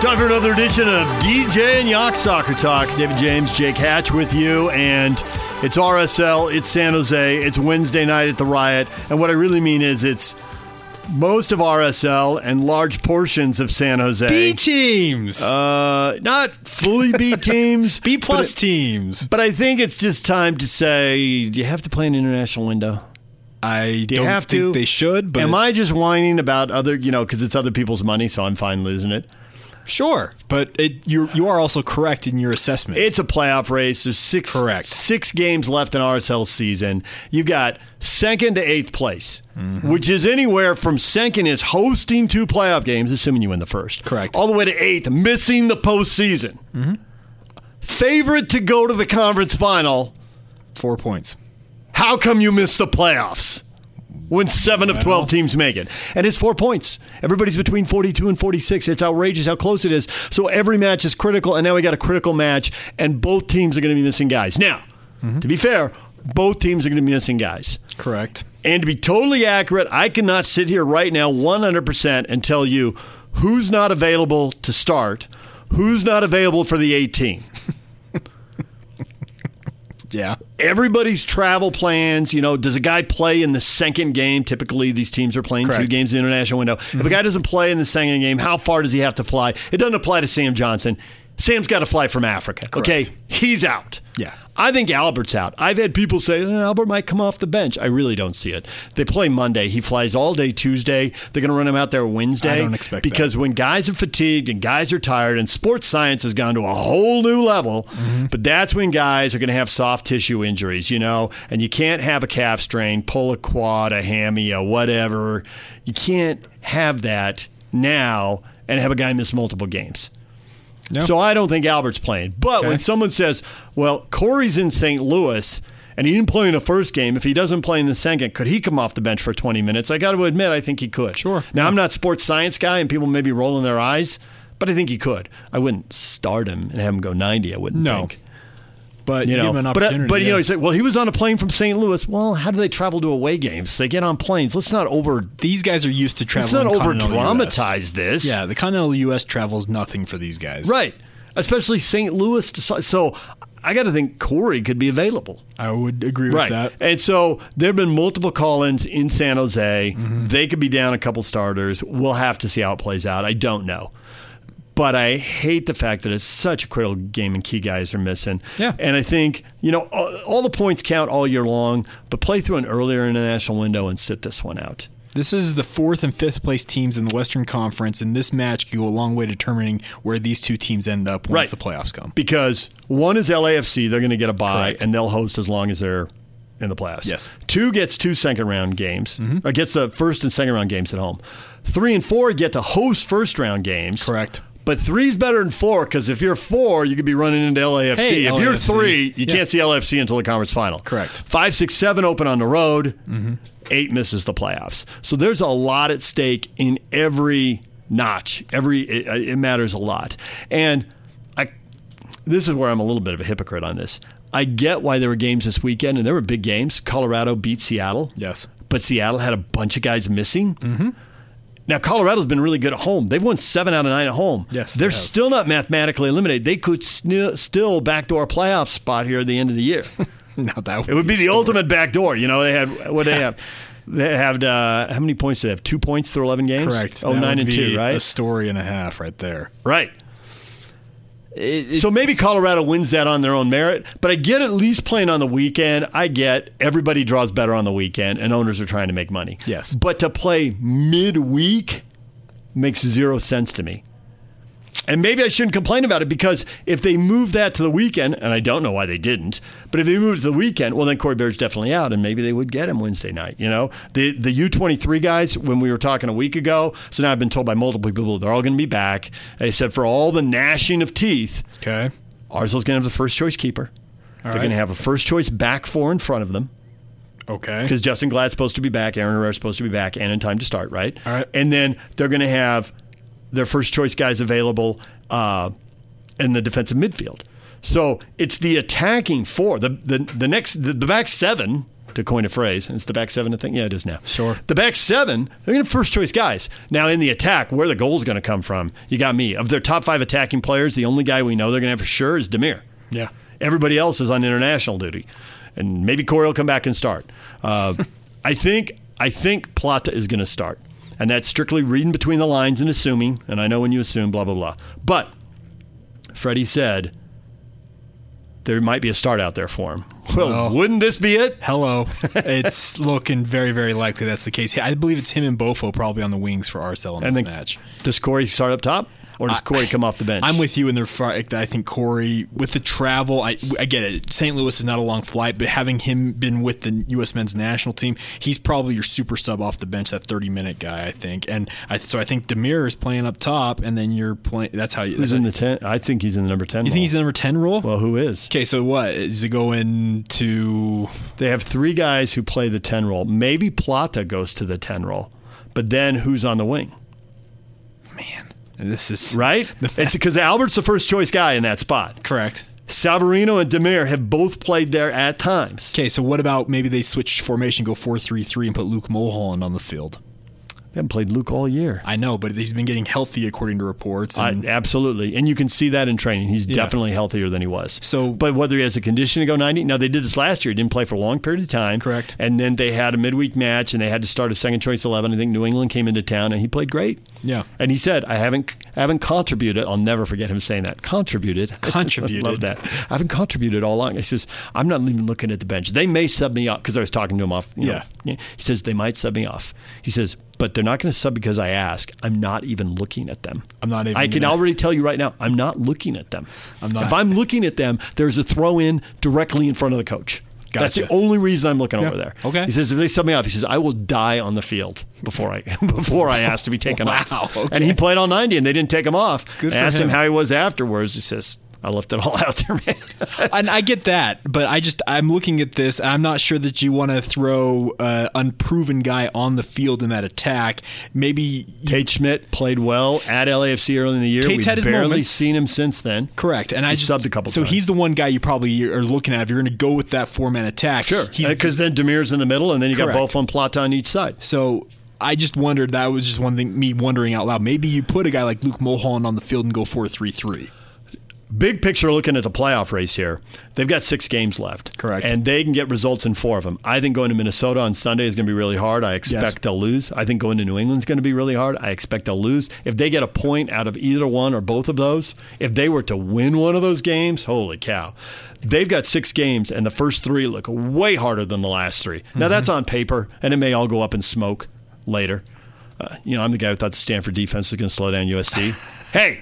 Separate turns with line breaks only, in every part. Time for another edition of DJ and Yacht Soccer Talk. David James, Jake Hatch with you, and it's RSL, it's San Jose, it's Wednesday night at the Riot, and what I really mean is it's most of RSL and large portions of San Jose.
B teams,
uh, not fully B teams,
B plus
but,
teams.
but I think it's just time to say, do you have to play an international window?
I
you
don't
have
think
to?
they should, but
Am I just whining about other, you know, because it's other people's money, so I'm fine losing it.
sure. But it, you you are also correct in your assessment.
It's a playoff race. There's six
Correct.
six games left in RSL season. You've got second to eighth place,
Mm-hmm.
which is anywhere from second is hosting two playoff games, assuming you win the first.
Correct. Mm-hmm.
All the way to eighth, missing the postseason. Favorite to go to the conference final.
Four points.
How come you missed the playoffs? When seven of 12 teams make it. And it's four points. Everybody's between 42 and 46. It's outrageous how close it is. So every match is critical. And now we got a critical match, and both teams are going to be missing guys. Now, to be fair, both teams are going to be missing guys.
Correct.
And to be totally accurate, I cannot sit here right now 100% and tell you who's not available to start, who's not available for the 18
Yeah.
everybody's travel plans. You know, does a guy play in the second game? Typically, these teams are playing two
Correct. Mm-hmm.
games in the international window. If a guy doesn't play in the second game, how far does he have to fly? It doesn't apply to Sam Johnson. Sam's got to fly from Africa. Okay, he's out.
Yeah.
I think Albert's out. I've had people say "Eh, Albert might come off the bench. I really don't see it. They play Monday. He flies all day Tuesday. They're going to run him out there Wednesday.
I don't expect that.
because when guys are fatigued and guys are tired, and sports science has gone to a whole new level,
Mm-hmm.
but that's when guys are going to have soft tissue injuries, you know, and you can't have a calf strain, pull a quad, a hammy, a whatever. You can't have that now and have a guy miss multiple games.
No.
So I don't think Albert's playing. But when
Okay.
someone says, well, Corey's in St. Louis and he didn't play in the first game, if he doesn't play in the second, could he come off the bench for 20 minutes? I got to admit, I think he could.
Sure.
Now, I'm not a sports science guy and people may be rolling their eyes, but I think he could. I wouldn't start him and have him go 90, I wouldn't
No.
think.
But
You
give
know,
him an
but,
opportunity.
but you
yeah.
know, he said, well, he was on a plane from St. Louis. Well, how do they travel to away games? They get on planes. Let's not over.
these guys are used to
Let's
traveling.
not over
continental US.
dramatize this.
Yeah, the continental U.S. travels nothing for these guys.
Right. Especially St. Louis. deci- So I got to think Corey could be available.
I would agree
Right.
with that.
And so there have been multiple call ins in San Jose.
Mm-hmm.
They could be down a couple starters. We'll have to see how it plays out. I don't know. But I hate the fact that it's such a critical game and key guys are missing.
Yeah.
And I think, you know, all, all the points count all year long, but play through an earlier international window and sit this one out.
This is the fourth and fifth place teams in the Western Conference, and this match could go a long way determining where these two teams end up once
Right.
the playoffs come.
because one is LAFC, they're going to get a bye
Correct.
and they'll host as long as they're in the playoffs.
Yes. Mm-hmm.
Two gets two second round games, or gets the first and second round games at home. Three and four get to host first round games.
Correct.
But three's better than four because if you're four, you could be running into LAFC.
Hey,
if you're
LAFC.
three, you
Yeah.
can't see LAFC until the conference final.
Correct. Mm-hmm.
Five, six, seven open on the road. Eight misses the playoffs. So there's a lot at stake in every notch. Every it, it matters a lot. And I this is where I'm a little bit of a hypocrite on this. I get why there were games this weekend, and there were big games. Colorado beat Seattle.
Yes.
But Seattle had a bunch of guys missing. Mm-hmm. Now, Colorado's been really good at home. They've won seven out of nine at home.
Yes, they
They're
have.
still not mathematically eliminated. They could sni- still backdoor a playoff spot here at the end of the year.
Now that
It would be
a
the
story.
ultimate backdoor. You know, they had what they have. They have uh, how many points? Do they have two points through eleven games.
Correct.
Oh,
That
nine
would
and
be
two, right?
A story and a half right there.
Right. so maybe Colorado wins that on their own merit, but I get at least playing on the weekend. I get everybody draws better on the weekend, and owners are trying to make money.
Yes.
But to play midweek makes zero sense to me. And maybe I shouldn't complain about it because if they move that to the weekend, and I don't know why they didn't, but if they moved it to the weekend, well, then Corey Baird's definitely out, and maybe they would get him Wednesday night. You know, the the U twenty three guys when we were talking a week ago. So now I've been told by multiple people they're all going to be back. They said for all the gnashing of teeth,
Okay.
Arsenal's going to have the first choice keeper.
All
they're
right.
going to have a first choice back four in front of them
Okay.
because Justin Glad's supposed to be back, Aaron Herrera's supposed to be back, and in time to start, right?
All right.
And then they're going to have their first choice guys available uh, in the defensive midfield. So it's the attacking four, the the, the next the, the back seven to coin a phrase. It's the back seven, I think. Yeah, it is now.
Sure.
The back seven, they're going to first choice guys. Now, in the attack, where the goal's going to come from, you got me. Of their top five attacking players, the only guy we know they're going to have for sure is Demir.
Yeah.
Everybody else is on international duty, and maybe Corey will come back and start. Uh, I think I think Plata is going to start, and that's strictly reading between the lines and assuming. And I know when you assume, blah blah blah. But Freddie said there might be a start out there for him. Well,
Well.
wouldn't this be it?
Hello. it's looking very, very likely that's the case. I believe it's him and Bofo probably on the wings for Arcel in
And
this
then-
match.
Does Corey start up top, or does Corey come off the bench?
I'm with you in the fact that I think Corey, with the travel, I, I get it. St. Louis is not a long flight, but having him been with the U.S. men's national team, he's probably your super sub off the bench, that 30 minute guy, I think. And I, so I think Demir is playing up top, and then you're playing. That's how you.
Who's in the ten? I think he's in the number ten.
you think he's the number 10 role?
well, who is?
okay, so what? Is it going to.
They have three guys who play the ten role. Maybe Plata goes to the ten role, but then who's on the wing?
Man, this is.
Right? it's because Albert's the first choice guy in that spot.
Correct.
Savarino and Demir have both played there at times.
Okay, so what about maybe they switch formation, go four three three, and put Luke Mulholland on the field?
They haven't played Luke all year.
I know, but he's been getting healthy according to reports.
I,
And
absolutely. And you can see that in training. He's
Yeah.
definitely healthier than he was.
So-
but whether he has a condition to go 90, now they did this last year. He didn't play for a long period of time.
Correct.
And then they had a midweek match and they had to start a second choice 11. I think New England came into town and he played great.
Yeah.
And he said, I haven't I haven't contributed. I'll never forget him saying that. Contributed.
Contributed.
Love that. I haven't contributed all along. He says, I'm not even looking at the bench. They may sub me off because I was talking to him off. you know.
Yeah.
He says, they might sub me off. He says, but they're not going to sub because I ask. I'm not even looking at them.
I'm not even
I can
gonna-
already tell you right now, I'm not looking at them.
I'm not-
If I'm looking at them, there's a throw in directly in front of the coach. That's
Gotcha.
the only reason I'm looking over there.
Okay.
He says if they sub me off, he says I will die on the field before I before I ask to be taken
Wow,
off.
okay.
And he played all 90, and they didn't take him off.
Good
I
for
asked him.
him.
how he was afterwards. He says I left it all out there, man.
and I get that, but I just I'm looking at this. I'm not sure that you want to throw uh, unproven guy on the field in that attack. Maybe you-
Tate Schmidt played well at LAFC early in the year.
Tate's
We've
had his
barely
moments.
seen him since then.
correct, and I
He's
just
subbed a couple
So
times.
he's the one guy you probably are looking at if you're going to go with that four man attack. he's
because Uh, then Demir's in the middle, and then you
Correct.
got both on Plata on each side.
So I just wondered. That was just one thing. Me wondering out loud. Maybe you put a guy like Luke Mulholland on the field and go four three three.
big picture looking at the playoff race here, they've got six games left.
Correct.
And they can get results in four of them. I think going to Minnesota on Sunday is going to be really hard. I expect
Yes.
they'll lose. I think going to New England's going to be really hard. I expect they'll lose. If they get a point out of either one or both of those, if they were to win one of those games, holy cow. They've got six games, and the first three look way harder than the last three. Now,
Mm-hmm.
that's on paper, and it may all go up in smoke later. Uh, you know, I'm the guy who thought the Stanford defense was going to slow down USC. hey,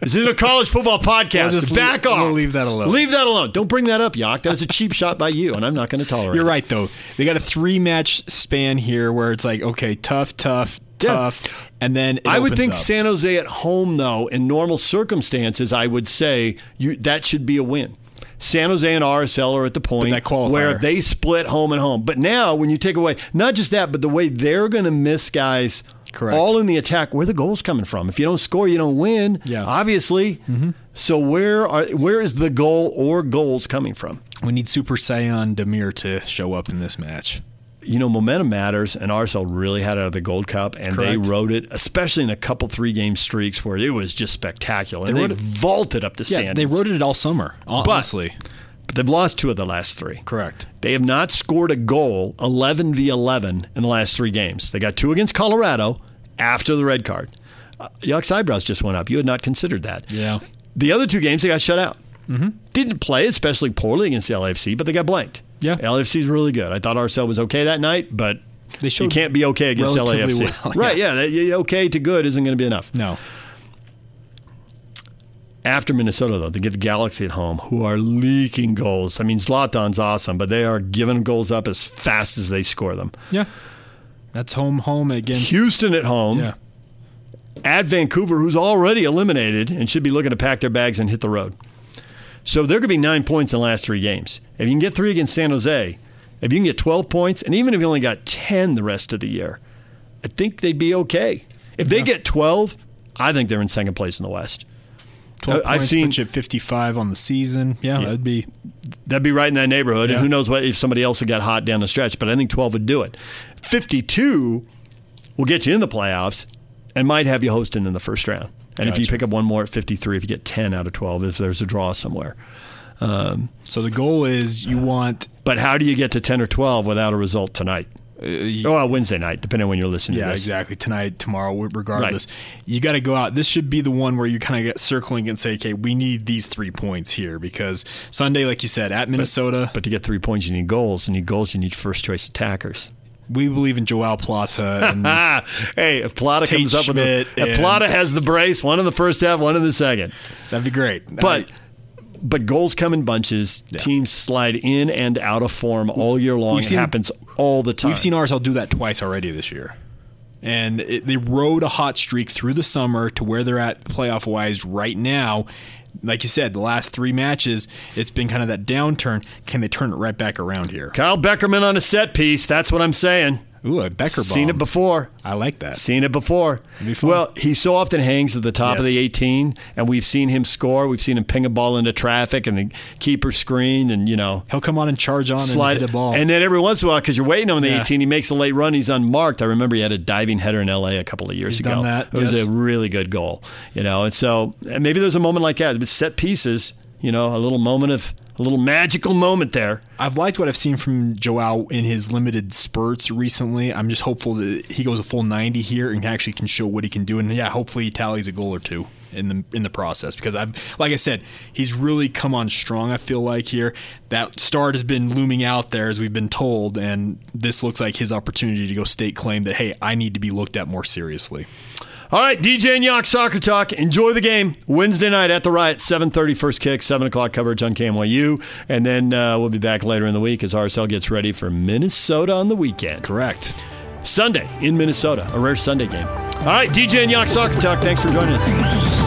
this is a college football podcast.
We'll just
Back
leave-
off.
we'll leave that alone.
Leave that alone. Don't bring that up, Yock. That was a cheap shot by you, and I'm not going to tolerate
You're
it.
right though. They got a three match span here where it's like okay, tough, tough,
Yeah.
tough, and then it
I would
opens
think
up.
San Jose at home, though, in normal circumstances, I would say you, that should be a win. San Jose and RSL are at the point
that qualifier.
where they split home and home. But now, when you take away not just that, but the way they're going to miss guys
Correct.
all in the attack, where the goals coming from? If you don't score, you don't win.
Yeah. Mm-hmm.
obviously. So where are where is the goal or goals coming from?
we need Super Saiyan Demir to show up in this match.
you know, momentum matters, and RSL really had it out of the Gold Cup, and they
Correct.
rode it, especially in a couple three game streaks where it was just spectacular. And
They
they,
rode it-
vaulted up the
Yeah,
standings.
they rode it all summer. Honestly,
But they've lost two of the last three.
correct.
They have not scored a goal 11 v 11 in the last three games. They got two against Colorado after the red card. Uh, Yuck's eyebrows just went up. You had not considered that.
Yeah,
The other two games, they got shut out.
Mm-hmm.
Didn't play especially poorly against LFC, but they got blanked.
Yeah.
LFC is really good. I thought Arcel was okay that night, but
They
you
showed
can't be okay against
relatively
LAFC.
well,
Right, yeah. that- yeah, okay to good isn't going to be enough.
no,
After Minnesota, though, they get the Galaxy at home, who are leaking goals. I mean, Zlatan's awesome, but they are giving goals up as fast as they score them.
yeah, that's home home against
Houston at home,
yeah.
at Vancouver, who's already eliminated and should be looking to pack their bags and hit the road. So there could be nine points in the last three games. If you can get three against San Jose, if you can get 12 points, and even if you only got 10 the rest of the year, I think they'd be okay. If they get 12, I think they're in second place in the West.
12
I- I've
points,
seen-
put you at 55 on the season. Yeah, that'd be
That'd be right in that neighborhood.
Yeah.
And who knows what if somebody else had got hot down the stretch, but I think 12 would do it. 52 will get you in the playoffs and might have you hosting in the first round. And if you
Gotcha.
pick up one more at 53, if you get 10 out of 12, if there's a draw somewhere.
so. The goal is you want.
But how do you get to 10 or 12 without a result tonight?
Uh, you-
Or well, Wednesday night, depending on when you're listening
Yeah,
to this.
exactly. Tonight, tomorrow, w- regardless, you got to go out. This should be the one where you kind of get circling and say, "Okay, we need these three points here," because Sunday, like you said, at Minnesota,
But to get three points, you need goals. And you need goals, you need first choice attackers.
we believe in Joao Plata. And
Ah, hey, if Plata
Hmm. Tate
comes up with a,
Schmidt
if
and-
Plata has the brace, one in the first half, one in the second.
that'd be great.
But but goals come in bunches. Teams slide in and out of form all year long.
We've seen-
it happens all the
I-
time.
we've seen RSL do that twice already this year, and it, they rode a hot streak through the summer to where they're at playoff wise right now. Like you said, the last three matches, it's been kind of that downturn. Can they turn it right back around here?
Kyle Beckerman on a set piece. That's what I'm saying.
Ooh, a Becker bomb.
Seen it before.
I like that.
Seen it before.
Be fun.
Well, he so often hangs at the top of
Yes.
the 18, and we've seen him score. We've seen him ping a ball into traffic and the keeper screen, and you know.
He'll come on and charge on
Slide
and hit a ball.
And then every once in a while, because you're waiting on the
Yeah.
18, he makes a late run. He's unmarked. I remember he had a diving header in LA a couple of years ago.
done that,
it was a
yes.
really good goal, you know. And so and maybe there's a moment like that. But set pieces, you know, a little moment of a little magical moment there.
I've liked what I've seen from Joao in his limited spurts recently. I'm just hopeful that he goes a full 90 here and actually can show what he can do. And yeah, hopefully he tallies a goal or two in the in the process because I've like I said, he's really come on strong. I feel like here that start has been looming out there as we've been told, and this looks like his opportunity to go state claim that hey, I need to be looked at more seriously.
All right, DJ and Yock Soccer Talk. Enjoy the game Wednesday night at the Riot, 7.30 first kick, 7 o'clock coverage on KMYU. And then uh, we'll be back later in the week as RSL gets ready for Minnesota on the weekend.
Correct.
Sunday in Minnesota, a rare Sunday game. All right, DJ and Yock Soccer Talk, thanks for joining us.